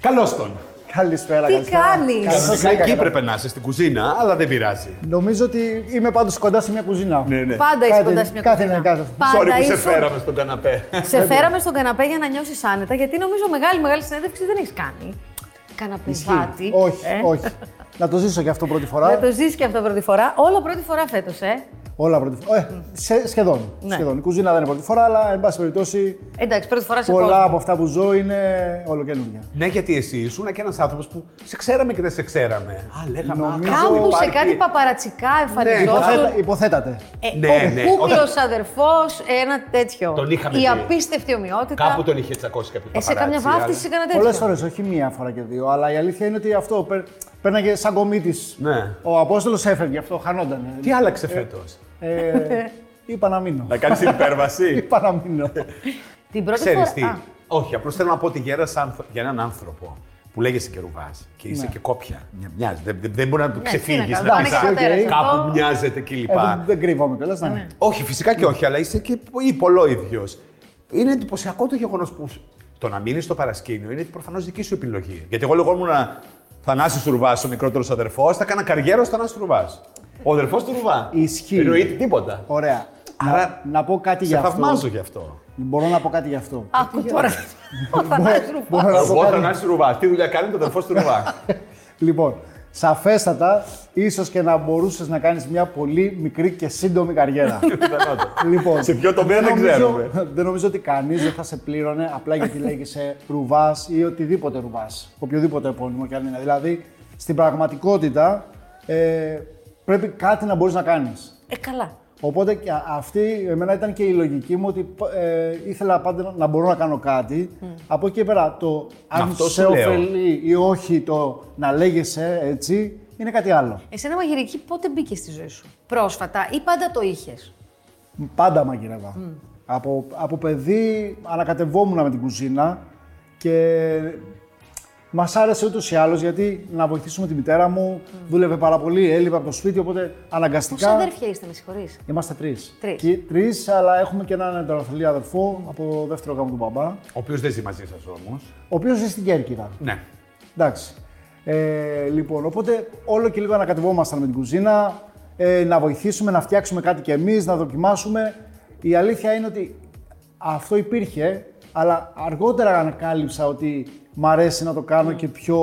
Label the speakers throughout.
Speaker 1: Καλώς τον.
Speaker 2: Καλησπέρα,
Speaker 3: Τι
Speaker 2: καλησπέρα.
Speaker 3: κάνεις?
Speaker 2: Καλώς
Speaker 1: Φυσικά
Speaker 2: ήρθατε.
Speaker 1: εκεί πρέπει να είσαι, στην κουζίνα, αλλά δεν πειράζει.
Speaker 2: Νομίζω ότι είμαι πάντως κοντά σε μια κουζίνα.
Speaker 1: ναι.
Speaker 3: Πάντα είσαι
Speaker 2: Κάτι-
Speaker 3: κοντά σε μια
Speaker 2: κάτι
Speaker 3: κουζίνα.
Speaker 2: να κάνω.
Speaker 3: Πάντα
Speaker 1: Sorry που σε
Speaker 3: ήσουν-
Speaker 1: φέραμε στον καναπέ.
Speaker 3: Σε φέραμε στον καναπέ για να νιώσεις άνετα, γιατί νομίζω μεγάλη μεγάλη συνέντευξη δεν έχεις κάνει. Καναπεδάτη.
Speaker 2: Όχι,
Speaker 3: ε.
Speaker 2: όχι. Να το ζήσω και αυτό πρώτη
Speaker 3: Να
Speaker 2: φορά.
Speaker 3: το ζήσει και αυτό πρώτη φορά. Όλα πρώτη φορά φέτος, ε.
Speaker 2: Όλα πρώτη φορά. Ε, σε- σχεδόν.
Speaker 3: Ναι.
Speaker 2: σχεδόν. Η κουζίνα δεν είναι πρώτη φορά, αλλά εν πάση περιπτώσει
Speaker 3: Εντάξει, πρώτη φορά σε
Speaker 2: πολλά
Speaker 3: κόσμο.
Speaker 2: από αυτά που ζω είναι ολοκαινούργια.
Speaker 1: Ναι, γιατί εσύ ήσουν και ένας άνθρωπος που σε ξέραμε και δεν σε ξέραμε. Α, λέγαμε. α,
Speaker 2: Νομίζω- Ναι.
Speaker 1: κάπου
Speaker 3: Κάπου σε
Speaker 1: υπάρχει.
Speaker 3: κάτι παπαρατσικά
Speaker 2: Υποθέτα,
Speaker 3: εμφανιζόταν.
Speaker 2: υποθέτατε.
Speaker 3: Ε,
Speaker 1: Ναι,
Speaker 3: ο
Speaker 1: ναι,
Speaker 3: κούκλος
Speaker 1: όταν-
Speaker 3: αδερφός, ένα τέτοιο.
Speaker 1: Τον είχαμε
Speaker 3: Η
Speaker 1: δει.
Speaker 3: απίστευτη ομοιότητα.
Speaker 1: Κάπου τον είχε τσακώσει κάποιο
Speaker 3: Ε, σε καμιά
Speaker 1: παπαράτσι,
Speaker 3: βάφτιση
Speaker 1: αλλά-
Speaker 3: έκανα τέτοιο.
Speaker 2: Πολλέ φορές, όχι μία φορά και δύο. Αλλά η αλήθεια είναι ότι αυτό παίρ- πέρναγε σαν κομίτης.
Speaker 1: Ναι.
Speaker 2: Ο Απόστολος έφευγε, αυτό χανόταν.
Speaker 1: Τι άλλαξε φέτος.
Speaker 2: Ε, είπα να μείνω.
Speaker 1: Να κάνεις υπέρβαση.
Speaker 2: Είπα να μείνω. Ε,
Speaker 3: Την πρώτη
Speaker 1: Ξέρεις
Speaker 3: φορά.
Speaker 1: τι.
Speaker 3: Α,
Speaker 1: Όχι, απλώς θέλω να πω ότι για, ένας άνθρω- για έναν άνθρωπο που λέγεσαι και ρουβάς και είσαι και κόπια. μια- Μοιάζει. Δεν, δεν- δεν μπορεί να του
Speaker 3: Ναι. τι
Speaker 1: ξεφύγει.
Speaker 3: να κάνω,
Speaker 2: πάνε κατέρας
Speaker 1: Κάπου
Speaker 3: αυτό.
Speaker 1: μοιάζεται
Speaker 2: Ε, δεν-
Speaker 1: κλπ.
Speaker 2: Δεν κρύβομαι κιόλας. Ναι. ναι.
Speaker 1: Όχι, φυσικά και όχι, αλλά είσαι και υπολόιδιο. Είναι εντυπωσιακό το γεγονός που το να μείνεις στο παρασκήνιο είναι προφανώς δική σου επιλογή. Γιατί εγώ λεγόμουν Θανάσης Τουρβά, ο μικρότερος αδερφός, θα έκανα καριέρα ω Θανάσης Τουρβά. Ο αδερφός του Τουρβά.
Speaker 2: Ισχύει.
Speaker 1: Ροήτη τίποτα.
Speaker 2: Ωραία.
Speaker 1: Άρα,
Speaker 2: να, να πω κάτι
Speaker 1: Σε
Speaker 2: για
Speaker 1: θαυμάζω
Speaker 2: αυτό.
Speaker 1: γι' αυτό.
Speaker 2: Μπορώ να πω κάτι γι' αυτό.
Speaker 3: Άκου τώρα. Ο Θανάσης Ρουφά.
Speaker 2: Μπορώ να πω
Speaker 1: Εγώ
Speaker 2: κάτι.
Speaker 1: Θανάσης Τουρβά. Τι δουλειά κάνει το αδερφός Τουρβά.
Speaker 2: Λοιπόν, σαφέστατα, ίσως και να μπορούσες να κάνεις μια πολύ μικρή και σύντομη καριέρα. λοιπόν,
Speaker 1: Σε ποιο τομέα δεν
Speaker 2: νομίζω-
Speaker 1: ξέρουμε.
Speaker 2: Δεν νομίζω ότι κανείς δεν θα σε πλήρωνε απλά γιατί λέγεσαι ρουβάς ή οτιδήποτε ρουβάς. Οποιοδήποτε επώνυμο κι αν είναι. Δηλαδή, στην πραγματικότητα ε, πρέπει κάτι να μπορείς να κάνεις.
Speaker 3: Ε, καλά.
Speaker 2: Οπότε και α- αυτή εμένα ήταν και η λογική μου ότι ε, ήθελα πάντα να- να μπορώ να κάνω κάτι. Από εκεί και πέρα το αν
Speaker 1: αυτό
Speaker 2: σε
Speaker 1: σου λέω.
Speaker 2: ωφελεί ή όχι το να λέγεσαι έτσι είναι κάτι άλλο.
Speaker 3: Εσένα μαγειρική πότε μπήκε στη ζωή σου. Πρόσφατα ή πάντα το είχες.
Speaker 2: Πάντα μαγειρεύα. Από, από παιδί ανακατευόμουν με την κουζίνα και μας άρεσε ούτως ή άλλως γιατί να βοηθήσουμε τη μητέρα μου. Δούλευε πάρα πολύ, έλειπε από το σπίτι, οπότε αναγκαστικά.
Speaker 3: Πόσα αδέρφια είστε, με συγχωρείς.
Speaker 2: Είμαστε τρεις.
Speaker 3: Τρεις.
Speaker 2: Τρεις, αλλά έχουμε και έναν εντεροφιλή αδερφό από δεύτερο γάμο του μπαμπά,
Speaker 1: Ο οποίος δεν ζει μαζί σας όμως.
Speaker 2: ο οποίος ζει στην Κέρκυρα.
Speaker 1: Ναι.
Speaker 2: Εντάξει. Ε, λοιπόν, οπότε όλο και λίγο ανακατευόμασταν με την κουζίνα, ε, να βοηθήσουμε, να φτιάξουμε κάτι κι εμείς, να δοκιμάσουμε. Η αλήθεια είναι ότι αυτό υπήρχε, αλλά αργότερα ανακάλυψα ότι μ' αρέσει να το κάνω και πιο,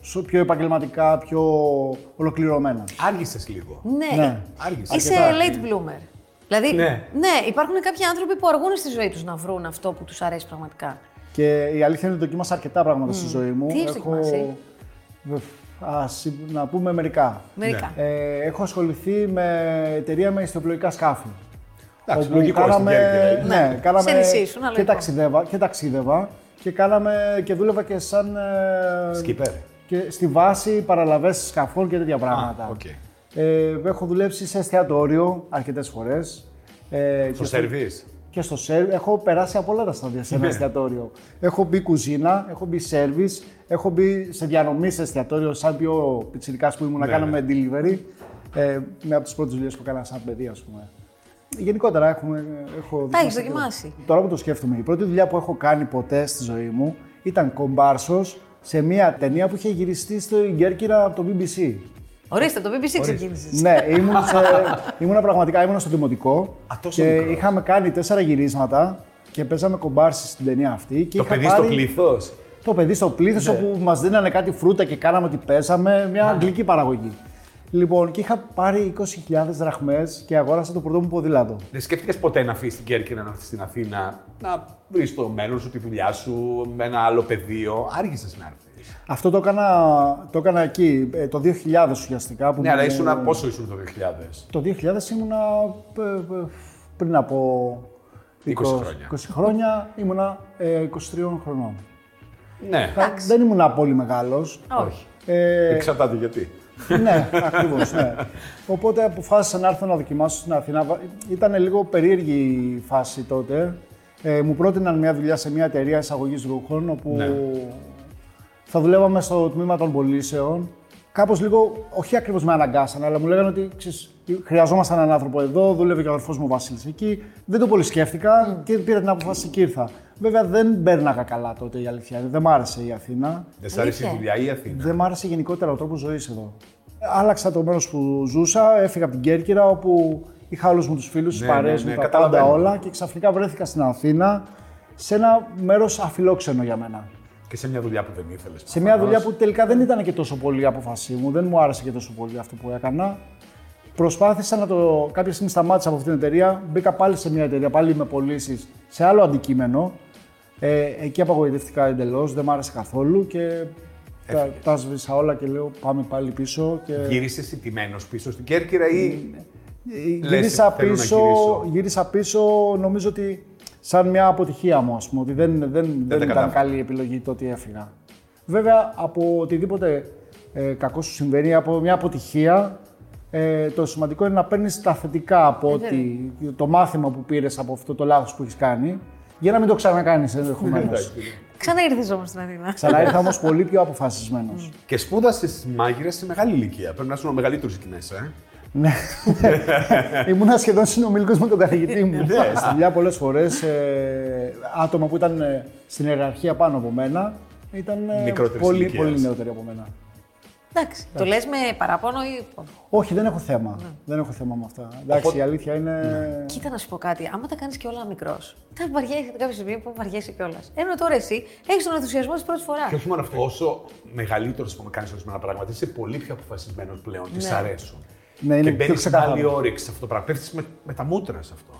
Speaker 2: σο- πιο επαγγελματικά, πιο ολοκληρωμένα.
Speaker 1: Άργησες λίγο.
Speaker 3: Ναι.
Speaker 2: Ναι.
Speaker 1: Άργησες.
Speaker 3: Είσαι
Speaker 1: αρκετά.
Speaker 3: late bloomer. Δηλαδή,
Speaker 1: Ναι.
Speaker 3: υπάρχουν κάποιοι άνθρωποι που αργούν στη ζωή τους να βρουν αυτό που τους αρέσει πραγματικά.
Speaker 2: Και η αλήθεια είναι ότι δοκίμασα αρκετά πράγματα στη ζωή μου.
Speaker 3: Τι έχεις δοκιμάσει?
Speaker 2: Ας να πούμε μερικά.
Speaker 3: Μερικά.
Speaker 2: Ε, έχω ασχοληθεί με εταιρεία με ιστοπλοϊκά σκάφη.
Speaker 1: Εντάξει,
Speaker 2: όπου
Speaker 1: λογικό δηλαδή. στην Κέρκυρα
Speaker 2: κάναμε,
Speaker 1: είναι.
Speaker 2: ναι,
Speaker 3: Ναι,
Speaker 2: κάναμε
Speaker 3: σε νησί ήσουν, αλλά
Speaker 2: και,
Speaker 3: λοιπόν.
Speaker 2: ταξιδεύα, και ταξίδευα και κάναμε και δούλευα και σαν... ε,
Speaker 1: Σκυπέρ.
Speaker 2: Και στη βάση παραλαβές σκαφών και τέτοια πράγματα.
Speaker 1: οκ.
Speaker 2: ε, έχω δουλέψει σε εστιατόριο αρκετές φορές. Ε, και
Speaker 1: Στο
Speaker 2: στο-
Speaker 1: σερβίς.
Speaker 2: και στο σερβι, έχω περάσει από όλα τα στάδια σε ένα εστιατόριο. Έχω μπει κουζίνα, έχω μπει σερβις, έχω μπει σε διανομή σε εστιατόριο, σαν πιο πιτσιρικάς που ήμουν να κάναμε delivery. Ε, με από τις πρώτες δουλειές που έκανα σαν παιδί, ας πούμε. Γενικότερα έχουμε, έχω
Speaker 3: Τα έχεις
Speaker 2: δοκιμάσει αρκετά.
Speaker 3: δοκιμάσει.
Speaker 2: Τώρα που το σκέφτομαι, η πρώτη δουλειά που έχω κάνει ποτέ στη ζωή μου ήταν κομπάρσος σε μια ταινία που είχε γυριστεί στο Γκέρκυρα από το BBC.
Speaker 3: Ορίστε, το BBC ξεκίνησες.
Speaker 2: ναι, ήμουν, σε, ήμουν πραγματικά ήμουν στο δημοτικό
Speaker 1: Α, τόσο
Speaker 2: και
Speaker 1: μικρός.
Speaker 2: είχαμε κάνει τέσσερα γυρίσματα και παίζαμε κομπάρση στην ταινία αυτή. Και
Speaker 1: Το
Speaker 2: είχα
Speaker 1: παιδί στο Ναι.
Speaker 2: πάρει
Speaker 1: πλήθος.
Speaker 2: Το παιδί στο πλήθος όπου μας δίνανε κάτι φρούτα και κάναμε ότι παίζαμε.
Speaker 1: Ναι.
Speaker 2: Μια αγγλική παραγωγή. Λοιπόν, και είχα πάρει 20.000 δραχμές και αγόρασα το πρώτο μου ποδήλατο.
Speaker 1: Δεν σκέφτηκες ποτέ να αφήσεις την Κέρκυρα να έρθει στην Αθήνα, να βρεις το μέλλον σου, τη δουλειά σου, με ένα άλλο πεδίο. Άργησες να έρθεις.
Speaker 2: Αυτό το έκανα, το έκανα εκεί, ε, το 2000 ουσιαστικά. Που
Speaker 1: Ναι, αλλά
Speaker 2: ήμουν-
Speaker 1: ήσουν πόσο ήσουν το 2000.
Speaker 2: Το 2000 ήμουνα ε, ε, πριν από
Speaker 1: 20
Speaker 2: είκο-
Speaker 1: χρόνια.
Speaker 2: 20 χρόνια ήμουνα ε, 23 χρονών.
Speaker 1: Ναι.
Speaker 2: Δεν ήμουνα πολύ μεγάλος.
Speaker 3: Όχι.
Speaker 2: Ε,
Speaker 1: Εξαρτάται γιατί.
Speaker 2: ναι, ακριβώς. Ναι. Οπότε αποφάσισα να έρθω να δοκιμάσω στην Αθήνα. Ήταν λίγο περίεργη η φάση τότε. Ε, μου πρότειναν μια δουλειά σε μια εταιρεία εισαγωγής ρούχων, όπου θα δουλεύαμε στο τμήμα των πωλήσεων. κάπως λίγο, όχι ακριβώς με αναγκάσανε, αλλά μου λέγανε ότι ξέρεις, χρειαζόμασταν έναν άνθρωπο εδώ, δούλευε και ο αδερφός μου ο Βασίλης εκεί. Δεν το πολύ σκέφτηκα και πήρα την αποφάση και ήρθα. Βέβαια δεν πέρναγα καλά τότε η αλήθεια. είναι. Δεν μ' άρεσε η Αθήνα.
Speaker 1: Δεν σ' άρεσε η
Speaker 3: Αλήθεια.
Speaker 1: δουλειά ή η Αθήνα.
Speaker 2: Δεν μ' άρεσε γενικότερα ο τρόπος ζωής εδώ. Άλλαξα το μέρος που ζούσα, έφυγα από την Κέρκυρα όπου είχα όλους μου τους φίλους, τις
Speaker 1: Ναι,
Speaker 2: παρέες
Speaker 1: ναι,
Speaker 2: μου,
Speaker 1: ναι,
Speaker 2: τα πάντα
Speaker 1: καταλαβαίνω.
Speaker 2: όλα και ξαφνικά βρέθηκα στην Αθήνα σε ένα μέρος αφιλόξενο για μένα.
Speaker 1: Και σε μια δουλειά που δεν ήθελες.
Speaker 2: Σε μια δουλειά που τελικά δεν ήταν και τόσο πολύ η απόφασή μου, δεν μου άρεσε και τόσο πολύ αυτό που έκανα. Προσπάθησα να το. Κάποια στιγμή σταμάτησα από αυτήν την εταιρεία. Μπήκα πάλι σε μια εταιρεία, πάλι με πωλήσεις, σε άλλο αντικείμενο. Ε, εκεί απαγοητεύτηκα εντελώς, δεν μου άρεσε καθόλου και τα, τα σβήσα όλα και λέω πάμε πάλι πίσω. Και...
Speaker 1: Γύρισε ηττημένο πίσω στην Κέρκυρα ή.
Speaker 2: Ε,
Speaker 1: Λες,
Speaker 2: γύρισα,
Speaker 1: θέλω να
Speaker 2: πίσω,
Speaker 1: γυρίσω.
Speaker 2: γύρισα πίσω, νομίζω ότι σαν μια αποτυχία μου, ας πούμε, ότι δεν, δεν, δεν,
Speaker 1: τα
Speaker 2: ήταν
Speaker 1: κατάφερα.
Speaker 2: καλή η επιλογή το ότι έφυγα. Βέβαια, από οτιδήποτε ε, κακό σου συμβαίνει, από μια αποτυχία, ε, το σημαντικό είναι να παίρνεις τα θετικά από ότι, το μάθημα που πήρες από αυτό το λάθος που έχεις κάνει, για να μην το ξανακάνεις ενδεχομένως.
Speaker 3: Ξανά ήρθε όμω στην Αθήνα.
Speaker 2: Ξανά ήρθα όμως πολύ πιο αποφασισμένος.
Speaker 1: Και σπούδασες μάγειρα σε μεγάλη ηλικία. Πρέπει να ήσουν ο μεγαλύτερος εκεί μέσα. Ε.
Speaker 2: Ναι. Ήμουνα σχεδόν συνομιλικός με τον καθηγητή μου. Στη δουλειά πολλές φορές άτομα που ήταν ε, στην ιεραρχία πάνω από μένα ήταν ε,
Speaker 1: Μικρότερης
Speaker 2: πολύ,
Speaker 1: ηλικίας.
Speaker 2: πολύ νεότεροι από μένα.
Speaker 3: Εντάξει. Το λες με παράπονο ή.
Speaker 2: Όχι, δεν έχω θέμα. Δεν έχω θέμα με αυτά. Εντάξει,
Speaker 1: Οπότε-
Speaker 2: η αλήθεια είναι.
Speaker 3: Κοίτα να σου πω κάτι. Άμα τα κάνεις και όλα μικρός, θα βαριέσαι κάποια στιγμή που βαριέσαι κιόλας. Ενώ τώρα εσύ έχεις τον ενθουσιασμό της πρώτης φοράς.
Speaker 1: Και όχι μόνο αυτό, όσο μεγαλύτερος που με κάνεις ορισμένα πράγματα, είσαι πολύ πιο αποφασισμένος πλέον. Ναι. Τη αρέσουν.
Speaker 2: Ναι, είναι
Speaker 1: και
Speaker 2: πιο
Speaker 1: μπαίνει σε
Speaker 2: ξεκάθαρο.
Speaker 1: άλλη όρεξη σε αυτό το πράγμα. Πέφτεις με, με τα μούτρα σε αυτό.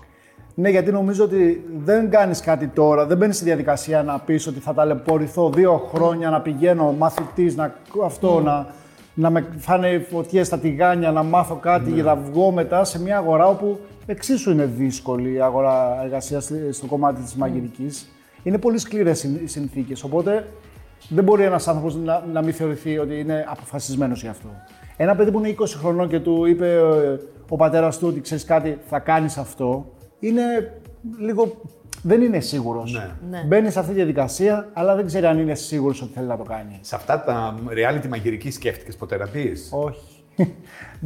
Speaker 2: Ναι, γιατί νομίζω ότι δεν κάνεις κάτι τώρα, δεν μπαίνεις στη διαδικασία να πεις ότι θα ταλαιπωρηθώ δύο χρόνια να πηγαίνω μαθητής, να αυτό, να, να με φάνε φωτιές στα τηγάνια, να μάθω κάτι για να βγω μετά σε μια αγορά όπου εξίσου είναι δύσκολη η αγορά εργασίας στο κομμάτι της μαγειρικής. Είναι πολύ σκληρές οι συνθήκες. Οπότε δεν μπορεί ένας άνθρωπος να, να μην θεωρηθεί ότι είναι αποφασισμένος γι' αυτό. Ένα παιδί που είναι 20 χρονών και του είπε ε, ο πατέρας του ότι ξέρεις κάτι, θα κάνεις αυτό, είναι λίγο. δεν είναι σίγουρος.
Speaker 1: Ναι.
Speaker 3: Ναι.
Speaker 2: Μπαίνει σε αυτή τη διαδικασία, αλλά δεν ξέρει αν είναι σίγουρος ότι θέλει να το κάνει.
Speaker 1: Σε αυτά τα reality μαγειρική σκέφτηκες ποτέ να πεις?
Speaker 2: Όχι.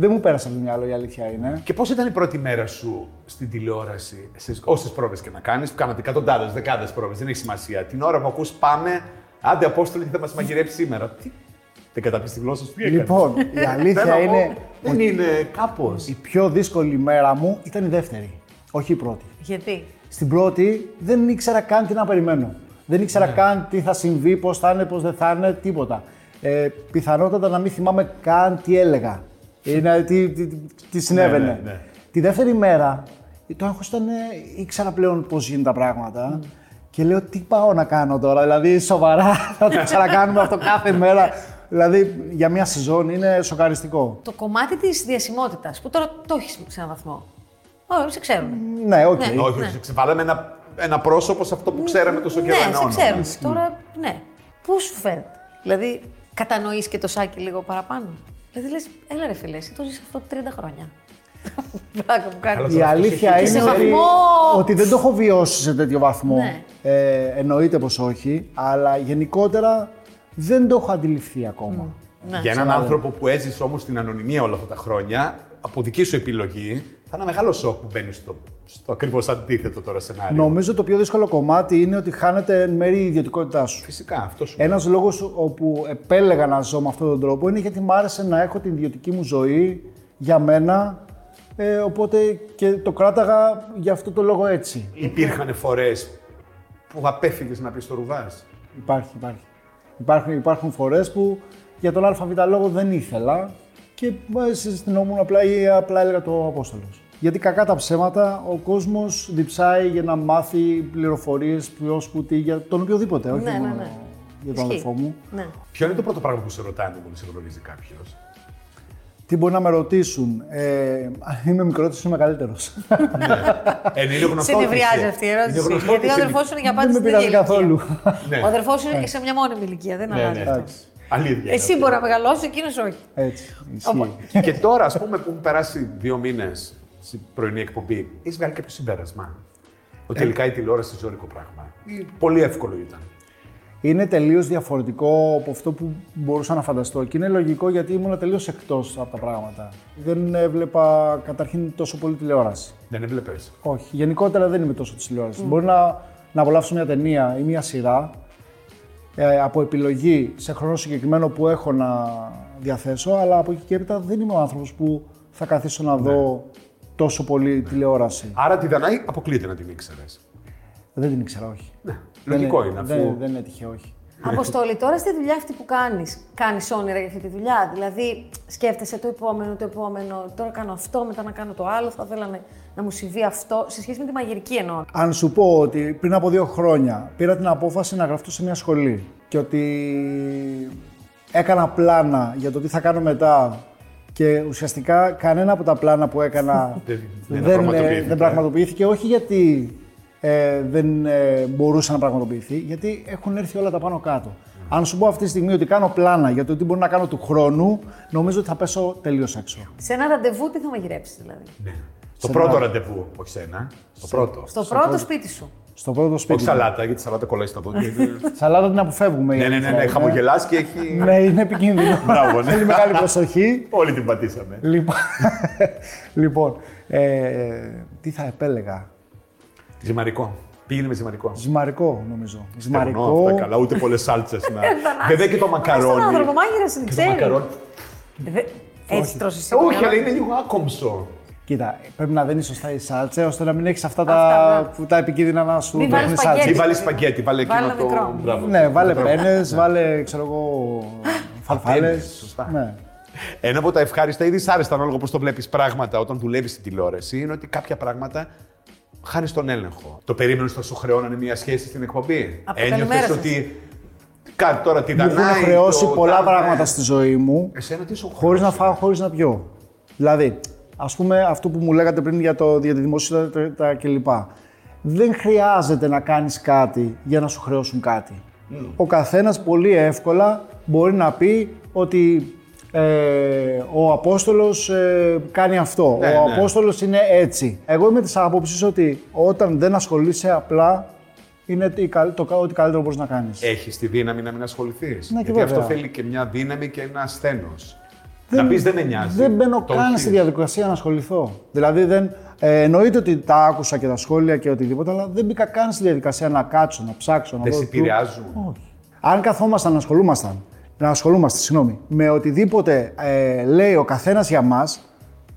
Speaker 2: δεν μου πέρασε από το μυαλό, η αλήθεια είναι.
Speaker 1: Και πώς ήταν η πρώτη μέρα σου στην τηλεόραση, σε όσες πρόβες και να κάνεις, που κάνατε εκατοντάδες, δεκάδες πρόβες, δεν έχει σημασία. Την ώρα που ακούς πάμε, άντε Απόστολη, τι θα μας μαγειρέψει σήμερα. Τι, δεν καταπεί τη γλώσσα σου, τι έκανες?
Speaker 2: Λοιπόν, η αλήθεια
Speaker 1: Θέλω να πω,
Speaker 2: είναι.
Speaker 1: Δεν είναι κάπως.
Speaker 2: Η πιο δύσκολη μέρα μου ήταν η δεύτερη, όχι η πρώτη.
Speaker 3: Γιατί.
Speaker 2: Στην πρώτη δεν ήξερα καν τι να περιμένω. Δεν ήξερα
Speaker 1: Ναι.
Speaker 2: καν τι θα συμβεί, πώς θα είναι, πώς δεν θα είναι, τίποτα. Ε, πιθανότατα να μην θυμάμαι καν τι έλεγα. Ή να- τι, τι, τι- τι συνέβαινε.
Speaker 1: Ναι, ναι, ναι.
Speaker 2: Τη δεύτερη μέρα, το άγχος ήταν, ε, ήξερα πλέον πώς γίνουν τα πράγματα. Και λέω, τι πάω να κάνω τώρα, δηλαδή σοβαρά θα το ξανακάνουμε αυτό κάθε μέρα. Δηλαδή για μια σεζόν είναι σοκαριστικό.
Speaker 3: Το κομμάτι της διασημότητας που τώρα το έχεις σε έναν βαθμό. Όλοι σε ξέρουν.
Speaker 2: Ναι, οκ.
Speaker 3: Ναι.
Speaker 1: Όχι, όχι, ξεβάλαμε ένα, ένα πρόσωπο σε αυτό που ξέραμε τόσο καιρό.
Speaker 3: Ναι,
Speaker 1: ένα
Speaker 3: σε
Speaker 1: όνομα.
Speaker 3: ξέρουν. Τώρα, ναι. Πώ σου φαίνεται. Δηλαδή, κατανοείς και το σάκι λίγο παραπάνω. Δηλαδή, λες, έλα ρε φίλε, εσύ το ζεις αυτό 30 χρόνια. Πράγμα που κάνεις.
Speaker 1: Καλά,
Speaker 2: Η αλήθεια
Speaker 1: Και
Speaker 2: είναι
Speaker 1: σε
Speaker 2: ότι,
Speaker 3: βαθμό-
Speaker 2: ότι δεν το έχω βιώσει σε τέτοιο βαθμό.
Speaker 3: Ναι.
Speaker 2: Ε, εννοείται πως όχι, αλλά γενικότερα δεν το έχω αντιληφθεί ακόμα.
Speaker 3: Ναι.
Speaker 1: Για έναν άνθρωπο που έζησε όμως την ανωνυμία όλα αυτά τα χρόνια, από δική σου επιλογή, θα είναι ένα μεγάλο σοκ που μπαίνεις στο, στο ακριβώς αντίθετο τώρα σενάριο.
Speaker 2: Νομίζω το πιο δύσκολο κομμάτι είναι ότι χάνεται εν μέρει η ιδιωτικότητά σου.
Speaker 1: Φυσικά, αυτό σου.
Speaker 2: Ένας λόγος όπου επέλεγα να ζω με αυτόν τον τρόπο είναι γιατί μου άρεσε να έχω την ιδιωτική μου ζωή για μένα. Ε, οπότε και το κράταγα για αυτό το λόγο έτσι.
Speaker 1: Υπήρχαν φορές που απέφυγες να πεις το ρουβάς.
Speaker 2: Υπάρχει, υπάρχει. Υπάρχουν, υπάρχουν φορές που για τον ΑΒ λόγο δεν ήθελα και ε, συστηνόμουν απλά ή απλά έλεγα το Απόστολος. Γιατί κακά τα ψέματα, ο κόσμος διψάει για να μάθει πληροφορίες, ποιος που τι, για τον οποιοδήποτε, όχι
Speaker 3: Ναι, ναι,
Speaker 2: μόνο
Speaker 3: ναι.
Speaker 2: για τον
Speaker 3: Ισχύει.
Speaker 2: αδελφό μου.
Speaker 3: Ναι.
Speaker 1: Ποιο είναι το πρώτο πράγμα που σε ρωτάνε όταν σε γνωρίζει κάποιος.
Speaker 2: Τι μπορεί να με ρωτήσουν, ε, αν είμαι μικρότερος ή μεγαλύτερος.
Speaker 1: Ε, είναι γνωστό. ότι
Speaker 3: Συνευριάζει
Speaker 1: είσαι.
Speaker 3: αυτή η
Speaker 1: Είναι
Speaker 3: ερώτηση.
Speaker 1: γνωστό
Speaker 3: Γιατί ο
Speaker 1: ότι είσαι
Speaker 3: αδερφός σου είναι για πάντα
Speaker 2: δεν με
Speaker 3: στην
Speaker 2: πειράζει
Speaker 3: ίδια
Speaker 2: καθόλου.
Speaker 3: ηλικία.
Speaker 1: Ναι.
Speaker 3: Ο αδερφός σου είναι σε μια μόνιμη ηλικία, δεν
Speaker 1: Ναι,
Speaker 3: αλλάζει
Speaker 1: ναι.
Speaker 3: αυτό.
Speaker 1: Αλήθεια.
Speaker 3: Εσύ μπορεί να μεγαλώσεις, εκείνος όχι.
Speaker 2: Έτσι.
Speaker 3: Οπα.
Speaker 2: Ισχύει.
Speaker 1: και τώρα, ας πούμε, που έχουν περάσει δύο μήνες στην πρωινή εκπομπή, έχεις βγάλει
Speaker 2: Ε.
Speaker 1: κάποιο συμπέρασμα. Ότι τελικά η τηλεόραση είναι ζώρικο πράγμα. Ή Πολύ εύκολο ήταν.
Speaker 2: είναι τελείως διαφορετικό από αυτό που μπορούσα να φανταστώ. Και είναι λογικό γιατί ήμουν τελείως εκτός από τα πράγματα. Δεν έβλεπα καταρχήν τόσο πολύ τηλεόραση.
Speaker 1: Δεν έβλεπες.
Speaker 2: Όχι. Γενικότερα δεν είμαι τόσο της τηλεόρασης. Μπορεί να, να απολαύσω μια ταινία ή μια σειρά ε, από επιλογή σε χρόνο συγκεκριμένο που έχω να διαθέσω, αλλά από εκεί και έπειτα δεν είμαι ο άνθρωπος που θα καθίσω
Speaker 1: Ναι.
Speaker 2: να δω τόσο πολύ τηλεόραση.
Speaker 1: Άρα τη Δανάη αποκλείεται να την ήξερες.
Speaker 2: Δεν την ήξερα, όχι. Δεν
Speaker 1: Λογικό είναι
Speaker 2: δεν,
Speaker 1: αφού.
Speaker 2: δεν έτυχε, όχι.
Speaker 3: Αποστόλη, τώρα στη δουλειά αυτή που κάνεις, κάνεις όνειρα για αυτή τη δουλειά. Δηλαδή, σκέφτεσαι το επόμενο, το επόμενο. Τώρα κάνω αυτό, μετά να κάνω το άλλο. Θα ήθελα να, να μου συμβεί αυτό. Σε σχέση με τη μαγειρική εννοώ.
Speaker 2: Αν σου πω ότι πριν από δύο χρόνια πήρα την απόφαση να γραφτώ σε μια σχολή και ότι έκανα πλάνα για το τι θα κάνω μετά και ουσιαστικά κανένα από τα πλάνα που έκανα
Speaker 1: Δεν- δεν
Speaker 2: δεν,
Speaker 1: πραγματοποιήθηκε,
Speaker 2: ε, δεν
Speaker 1: ε.
Speaker 2: πραγματοποιήθηκε. Όχι γιατί ε, δεν ε, μπορούσε να πραγματοποιηθεί, γιατί έχουν έρθει όλα τα πάνω κάτω. Αν σου πω αυτή τη στιγμή ότι κάνω πλάνα για το τι μπορώ να κάνω του χρόνου, νομίζω ότι θα πέσω τελείως έξω.
Speaker 3: Σε ένα ραντεβού, τι θα μαγειρέψει δηλαδή.
Speaker 1: Ναι. Το
Speaker 2: Σε
Speaker 1: πρώτο
Speaker 2: ένα-
Speaker 1: ραντεβού, όχι σε ένα. Το πρώτο.
Speaker 3: Στο πρώτο σπίτι σου.
Speaker 2: Στο Ναι, πρώτο σπίτι.
Speaker 1: Όχι σαλάτα, γιατί σαλάτα κολλάει στα δόντια.
Speaker 2: Σαλάτα την αποφεύγουμε. Δηλαδή, η
Speaker 1: ναι, ναι, ναι,
Speaker 2: αλήθεια
Speaker 1: ναι.
Speaker 2: είναι.
Speaker 1: Χαμογελάς και έχει.
Speaker 2: Ναι, είναι επικίνδυνο.
Speaker 1: Μπράβο, ναι.
Speaker 2: Θέλει μεγάλη προσοχή.
Speaker 1: Όλοι την πατήσαμε.
Speaker 2: λοιπόν, λοιπόν ε, τι θα επέλεγα.
Speaker 1: Ζυμαρικό. Πήγαινε με ζυμαρικό.
Speaker 2: Ζυμαρικό, νομίζω.
Speaker 1: Στεγνό,
Speaker 2: Ζυμαρικό.
Speaker 1: Αυτά καλά, ούτε πολλές σάλτσες να.
Speaker 3: Θανάση.
Speaker 1: Βέβαια και το
Speaker 3: Πες Στον άνθρωπο
Speaker 1: μακαρόνι.
Speaker 3: μάγειρας, δεν
Speaker 1: Και το
Speaker 3: ξέρεις.
Speaker 1: μακαρόνι.
Speaker 3: Δε- Έτσι τρώσε
Speaker 1: Όχι, αλλά είναι λίγο άκομψο.
Speaker 2: Κοίτα, πρέπει να δένει σωστά η σάλτσα, ώστε να μην έχεις αυτά
Speaker 3: Αυτά,
Speaker 2: τα,
Speaker 3: ναι.
Speaker 2: που, τα επικίνδυνα να σου
Speaker 3: Μην
Speaker 2: δείχνει
Speaker 3: βάλεις
Speaker 2: σάλτσα.
Speaker 1: Ή βάλει σπαγκέτι, βάλε
Speaker 3: Βάλε
Speaker 1: εκείνο το.
Speaker 3: μικρό.
Speaker 1: Μπράβο.
Speaker 2: Ναι, βάλε
Speaker 1: Μπράβο.
Speaker 2: πένες, βάλε ξέρω εγώ. Φαλφάλε.
Speaker 1: Πένες, σωστά.
Speaker 2: Ναι.
Speaker 1: Ένα από τα ευχάριστα ή δυσάρεστα, ανάλογα πώς το βλέπεις πράγματα όταν δουλεύεις στην τηλεόραση, είναι ότι κάποια πράγματα χάνεις τον έλεγχο. Το περίμενες ότι θα σου χρεώνανε μια σχέση στην εκπομπή.
Speaker 3: Από καλημέρα
Speaker 1: Ένιωθε
Speaker 3: σας.
Speaker 1: ότι. Κάτι τώρα την
Speaker 2: Μου έχουν
Speaker 1: Δανάη,
Speaker 2: χρεώσει
Speaker 1: το
Speaker 2: πολλά
Speaker 1: τάδε.
Speaker 2: πράγματα στη ζωή μου.
Speaker 1: Εσένα τι σου έχουν
Speaker 2: Χωρίς να
Speaker 1: χρεώσει?
Speaker 2: φάω, χωρίς να πιω. Δηλαδή, ας πούμε αυτό που μου λέγατε πριν για, το, για τη δημοσιότητα κλπ. Δεν χρειάζεται να κάνεις κάτι για να σου χρεώσουν κάτι.
Speaker 1: Mm.
Speaker 2: Ο καθένας πολύ εύκολα μπορεί να πει ότι ε, ο Απόστολος κάνει αυτό.
Speaker 1: Ναι,
Speaker 2: ο
Speaker 1: ναι.
Speaker 2: Απόστολος είναι έτσι. Εγώ είμαι της άποψης ότι όταν δεν ασχολείσαι απλά, είναι η καλ- το, κα- ό,τι καλύτερο μπορείς να κάνεις.
Speaker 1: Έχεις τη δύναμη να μην ασχοληθείς. γιατί
Speaker 2: Ναι, βέβαια.
Speaker 1: αυτό θέλει και μια δύναμη και ένα ασθένος. Να πεις δεν με νοιάζει.
Speaker 2: Δεν μπαίνω
Speaker 1: Το
Speaker 2: καν
Speaker 1: έχεις.
Speaker 2: στη διαδικασία να ασχοληθώ. Δηλαδή, δεν, ε, εννοείται ότι τα άκουσα και τα σχόλια και οτιδήποτε, αλλά δεν μπήκα καν στη διαδικασία να κάτσω, να ψάξω, να
Speaker 1: Δεν
Speaker 2: δω.
Speaker 1: σε
Speaker 2: του-
Speaker 1: επηρεάζουν.
Speaker 2: Όχι. Αν καθόμασταν να ασχολούμασταν, να ασχολούμαστε, συγγνώμη, με οτιδήποτε ε, λέει ο καθένας για μας,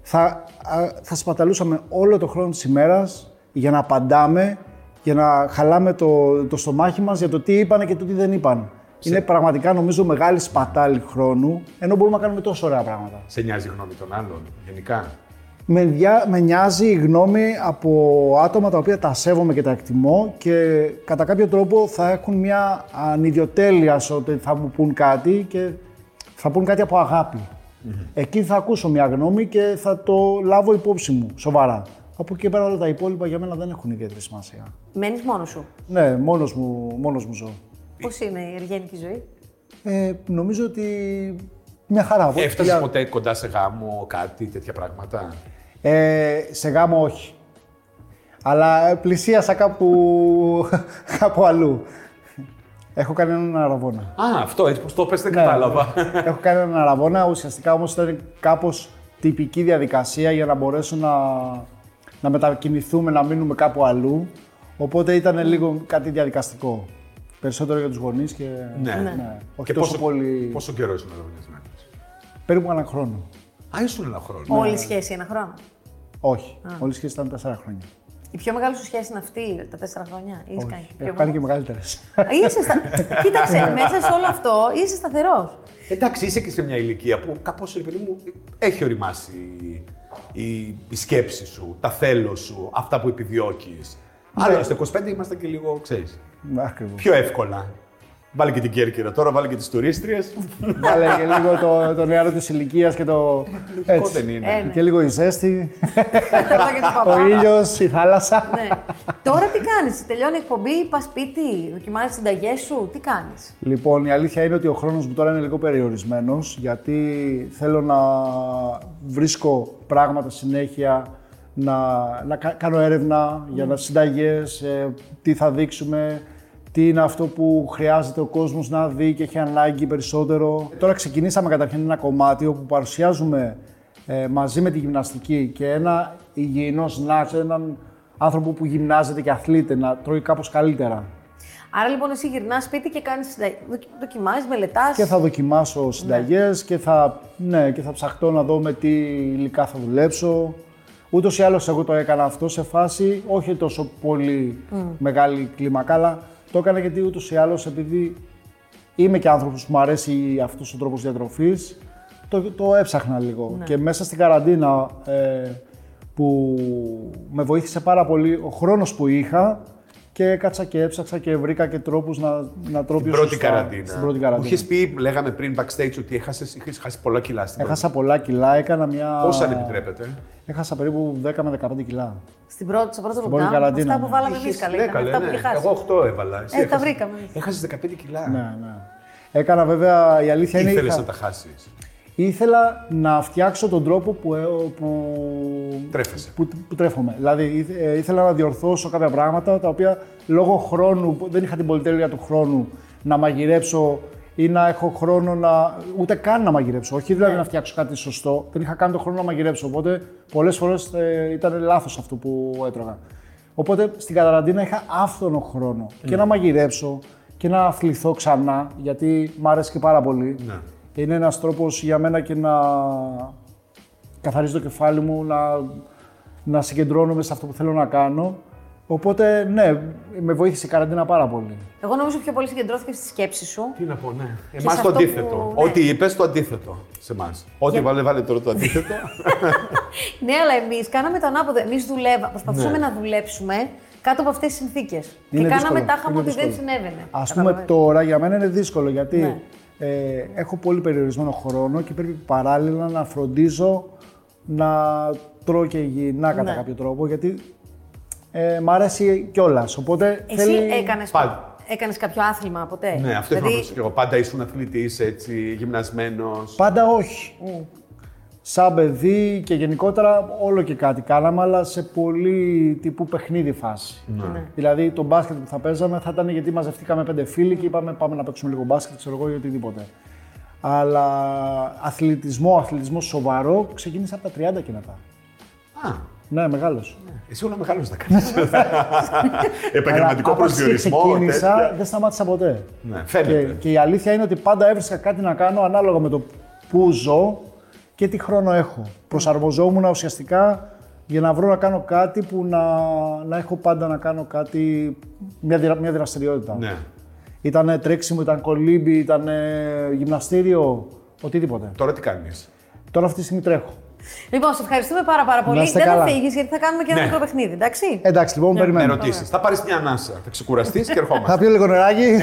Speaker 2: θα, α, θα σπαταλούσαμε όλο το χρόνο της ημέρας για να απαντάμε, για να χαλάμε το, το στομάχι μας για το τι είπανε και το τι δεν είπαν. Είναι πραγματικά νομίζω μεγάλη σπατάλη χρόνου, ενώ μπορούμε να κάνουμε τόσο ωραία πράγματα.
Speaker 1: Σε νοιάζει η γνώμη των άλλων, γενικά.
Speaker 2: Με, διά, με νοιάζει η γνώμη από άτομα τα οποία τα σέβομαι και τα εκτιμώ και κατά κάποιο τρόπο θα έχουν μια ανιδιοτέλεια σε ότι θα μου πούν κάτι και θα πούν κάτι από αγάπη. Εκεί θα ακούσω μια γνώμη και θα το λάβω υπόψη μου, σοβαρά. Από εκεί και πέρα όλα τα υπόλοιπα για μένα δεν έχουν ιδιαίτερη σημασία.
Speaker 3: Μένεις μόνος σου.
Speaker 2: Ναι, μόνος μου, μόνος μου ζω.
Speaker 3: Πώς είναι η εργένικη ζωή.
Speaker 2: Ε, νομίζω ότι μια χαρά.
Speaker 1: Έφτασε
Speaker 2: Ε, Για-
Speaker 1: ποτέ κοντά σε γάμο, κάτι, τέτοια πράγματα.
Speaker 2: Ε, σε γάμο όχι. Αλλά ε, πλησίασα κάπου, κάπου αλλού. Έχω κάνει έναν αραβόνα.
Speaker 1: Α, αυτό έτσι πώ το πες δεν
Speaker 2: Ναι,
Speaker 1: κατάλαβα.
Speaker 2: Έχω κάνει έναν αραβόνα, ουσιαστικά όμως ήταν κάπως τυπική διαδικασία για να μπορέσω να, να μετακινηθούμε, να μείνουμε κάπου αλλού. Οπότε ήταν λίγο κάτι διαδικαστικό. Περισσότερο για τους γονείς και
Speaker 1: Ναι.
Speaker 2: ναι. όχι τόσο πολύ.
Speaker 1: Πόσο καιρό ήσουν ερωτευμένοι.
Speaker 2: Περίπου ένα χρόνο.
Speaker 1: Α, ήσουν ένα χρόνο.
Speaker 3: Όλη η σχέση ένα χρόνο.
Speaker 2: Όχι. Όλη η σχέση ήταν τέσσερα χρόνια.
Speaker 3: Η πιο μεγάλη σου σχέση είναι αυτή τα τέσσερα χρόνια. Ή Είσαι κάνει.
Speaker 2: Όχι.
Speaker 3: και πιο
Speaker 2: Έχω κάνει και
Speaker 3: μεγάλη.
Speaker 2: μεγαλύτερες.
Speaker 3: Είσαι στα- Κοίταξε, μέσα σε όλο αυτό είσαι σταθερός.
Speaker 1: Εντάξει, είσαι και σε μια ηλικία που κάπως ρε παιδί μου έχει οριμάσει η, η σκέψη σου, τα θέλω σου, αυτά που επιδιώκεις.
Speaker 2: Ναι.
Speaker 1: Άλλωστε, 25 ήμασταν και λίγο, ξέρεις.
Speaker 2: Ακριβώς.
Speaker 1: Πιο εύκολα. Βάλε και την Κέρκυρα τώρα, βάλε και τις τουρίστριες.
Speaker 2: Βάλε και λίγο το, το νεαρό της ηλικίας και το.
Speaker 1: Λογικό δεν είναι.
Speaker 3: Ε, ναι.
Speaker 2: Και λίγο η ζέστη,
Speaker 3: Καλά και το
Speaker 2: ο
Speaker 3: παπά.
Speaker 2: ήλιος, η θάλασσα.
Speaker 3: Ναι. Τώρα τι κάνεις, τελειώνει η εκπομπή, πας σπίτι, δοκιμάζεις συνταγές σου, τι κάνεις.
Speaker 2: Λοιπόν, η αλήθεια είναι ότι ο χρόνος μου τώρα είναι λίγο περιορισμένος γιατί θέλω να βρίσκω πράγματα συνέχεια, να, να κα- κάνω έρευνα για να συνταγές, τι θα ε, δείξουμε, τι είναι αυτό που χρειάζεται ο κόσμος να δει και έχει ανάγκη περισσότερο. Τώρα ξεκινήσαμε καταρχήν ένα κομμάτι όπου παρουσιάζουμε ε, μαζί με τη γυμναστική και ένα υγιεινός νάτσο, έναν άνθρωπο που γυμνάζεται και αθλείται να τρώει κάπως καλύτερα.
Speaker 3: Άρα λοιπόν εσύ γυρνάς σπίτι και κάνεις. Δοκιμάζεις, μελετάς.
Speaker 2: Και θα δοκιμάσω συνταγές και, θα, ναι, και θα ψαχτώ να δω με τι υλικά θα δουλέψω. Ούτως ή άλλως, εγώ το έκανα αυτό σε φάση όχι τόσο πολύ μεγάλη κλίμακα, αλλά το έκανα γιατί ούτως ή άλλως, επειδή είμαι και άνθρωπος που μου αρέσει αυτός ο τρόπος διατροφής, το, το έψαχνα λίγο. Και μέσα στην καραντίνα ε, που με βοήθησε πάρα πολύ ο χρόνος που είχα και έκατσα και έψαξα και βρήκα και τρόπους να, να τρώω πιο
Speaker 1: Την πρώτη
Speaker 2: σωστά.
Speaker 1: καραντίνα.
Speaker 2: Στην πρώτη καραντίνα.
Speaker 1: Μου είχες πει, λέγαμε πριν backstage, ότι έχασες, είχες χάσει πολλά κιλά στην
Speaker 2: Έχασα πολλά κιλά, έκανα μια.
Speaker 1: πρώτη. Πόσα αν επιτρέπετε.
Speaker 2: Έχασα περίπου 10 με 15 κιλά.
Speaker 3: Στην πρώτη, στο πρώτο
Speaker 2: πρώτη
Speaker 3: lockdown,
Speaker 2: καραντίνα,
Speaker 3: αυτά που
Speaker 2: ναι.
Speaker 3: βάλαμε εμείς
Speaker 1: Είχες
Speaker 3: καλά.
Speaker 1: δέκα,
Speaker 3: ήταν,
Speaker 1: λέει,
Speaker 3: αυτά που
Speaker 1: ναι.
Speaker 3: είχες χάσει.
Speaker 1: Εγώ 8 έβαλα. Εσύ
Speaker 3: Ε, τα
Speaker 1: έχασες-
Speaker 3: βρήκαμε.
Speaker 1: Έχασες 15 κιλά.
Speaker 2: Ναι, ναι. Έκανα βέβαια η αλήθεια είναι.
Speaker 1: Ήθελες
Speaker 2: είχα-
Speaker 1: να τα χάσεις.
Speaker 2: Ήθελα να φτιάξω τον τρόπο που, ε, που,
Speaker 1: Τρέφεσαι.
Speaker 2: που, που τρέφομαι. Δηλαδή ήθε- ε, ήθελα να διορθώσω κάποια πράγματα τα οποία λόγω χρόνου, που δεν είχα την πολυτέλεια του χρόνου να μαγειρέψω ή να έχω χρόνο να. ούτε καν να μαγειρέψω. Όχι δηλαδή να φτιάξω κάτι σωστό. Δεν είχα καν τον χρόνο να μαγειρέψω. Οπότε πολλές φορές ήταν λάθος αυτό που έτρωγα. Οπότε στην καραντίνα είχα άφθονο χρόνο και να μαγειρέψω και να αθληθώ ξανά γιατί μ' αρέσει και πάρα πολύ. Είναι ένας τρόπος για μένα και να καθαρίζω το κεφάλι μου, να, να συγκεντρώνομαι σε αυτό που θέλω να κάνω. Οπότε ναι, με βοήθησε η καραντίνα πάρα πολύ.
Speaker 3: Εγώ νομίζω πιο πολύ συγκεντρώθηκε στη σκέψη σου.
Speaker 1: Τι να πω, ναι.
Speaker 3: σε
Speaker 1: Εμάς
Speaker 3: αυτό
Speaker 1: το αντίθετο.
Speaker 3: που- ναι.
Speaker 1: Ό,τι είπες, το αντίθετο σε εμάς. Ό,τι βάλε, βάλε τώρα το αντίθετο.
Speaker 3: Ναι, αλλά εμείς κάναμε το ανάποδο. Εμεί
Speaker 2: Ναι.
Speaker 3: δουλεύα... προσπαθούσαμε να δουλέψουμε κάτω από αυτές τις συνθήκες. Και
Speaker 2: Είναι
Speaker 3: κάναμε
Speaker 2: δύσκολο,
Speaker 3: τάχα μου
Speaker 2: είναι
Speaker 3: ότι δεν
Speaker 2: δύσκολο.
Speaker 3: συνέβαινε. Ναι.
Speaker 2: Ας πούμε τώρα για μένα είναι δύσκολο γιατί ε, έχω πολύ περιορισμένο χρόνο και πρέπει παράλληλα να φροντίζω να τρώω και υγιεινά κατά
Speaker 3: Ναι.
Speaker 2: κάποιο τρόπο γιατί ε, μ' αρέσει κιόλας. Οπότε
Speaker 3: Εσύ ε, έκανες,
Speaker 1: Πάλι.
Speaker 3: έκανες κάποιο άθλημα ποτέ. Δηλαδή,
Speaker 1: ναι, αυτό ήθελα να ρωτήσω και εγώ. Πάντα ήσουν αθλητής, έτσι, γυμνασμένος.
Speaker 2: Πάντα όχι. Σαν παιδί και γενικότερα όλο και κάτι κάναμε, αλλά σε πολύ τύπου παιχνίδι φάση. Δηλαδή το μπάσκετ που θα παίζαμε θα ήταν γιατί μαζευτήκαμε πέντε φίλοι και είπαμε πάμε να παίξουμε λίγο μπάσκετ, ξέρω εγώ ή οτιδήποτε. Αλλά αθλητισμό, αθλητισμό σοβαρό ξεκίνησα από τα 30 και μετά.
Speaker 1: Α,
Speaker 2: Ναι, μεγάλος.
Speaker 1: εσύ όλα μεγάλος να κάνεις. Επαγγελματικό
Speaker 2: Αλλά άπαξ και
Speaker 1: προσδιορισμό.
Speaker 2: ξεκίνησα,
Speaker 1: τέτοια.
Speaker 2: δεν σταμάτησα ποτέ.
Speaker 1: Ναι,
Speaker 2: Και,
Speaker 1: φαίνεται.
Speaker 2: και η αλήθεια είναι ότι πάντα έβρισκα κάτι να κάνω ανάλογα με το πού ζω και τι χρόνο έχω. Προσαρμοζόμουν ουσιαστικά για να βρω να κάνω κάτι που να, να έχω πάντα να κάνω κάτι, μια, δρα- μια δραστηριότητα.
Speaker 1: Ναι.
Speaker 2: Ήταν τρέξιμο, ήταν κολύμπι, ήταν γυμναστήριο, οτιδήποτε.
Speaker 1: Τώρα τι κάνεις.
Speaker 2: Τώρα αυτή τη στιγμή τρέχω.
Speaker 3: Λοιπόν, σε ευχαριστούμε πάρα, πάρα πολύ.
Speaker 2: Να είστε
Speaker 3: Δεν
Speaker 2: καλά.
Speaker 3: θα φύγεις γιατί θα κάνουμε και ένα
Speaker 1: Ναι.
Speaker 3: μικρό παιχνίδι, εντάξει.
Speaker 2: Εντάξει, λοιπόν, περιμένω.
Speaker 1: Ερωτήσεις. Θα πάρεις μια ανάσα, θα ξεκουραστείς και
Speaker 2: Θα
Speaker 1: ερχόμαστε.
Speaker 2: πιω λίγο νεράκι.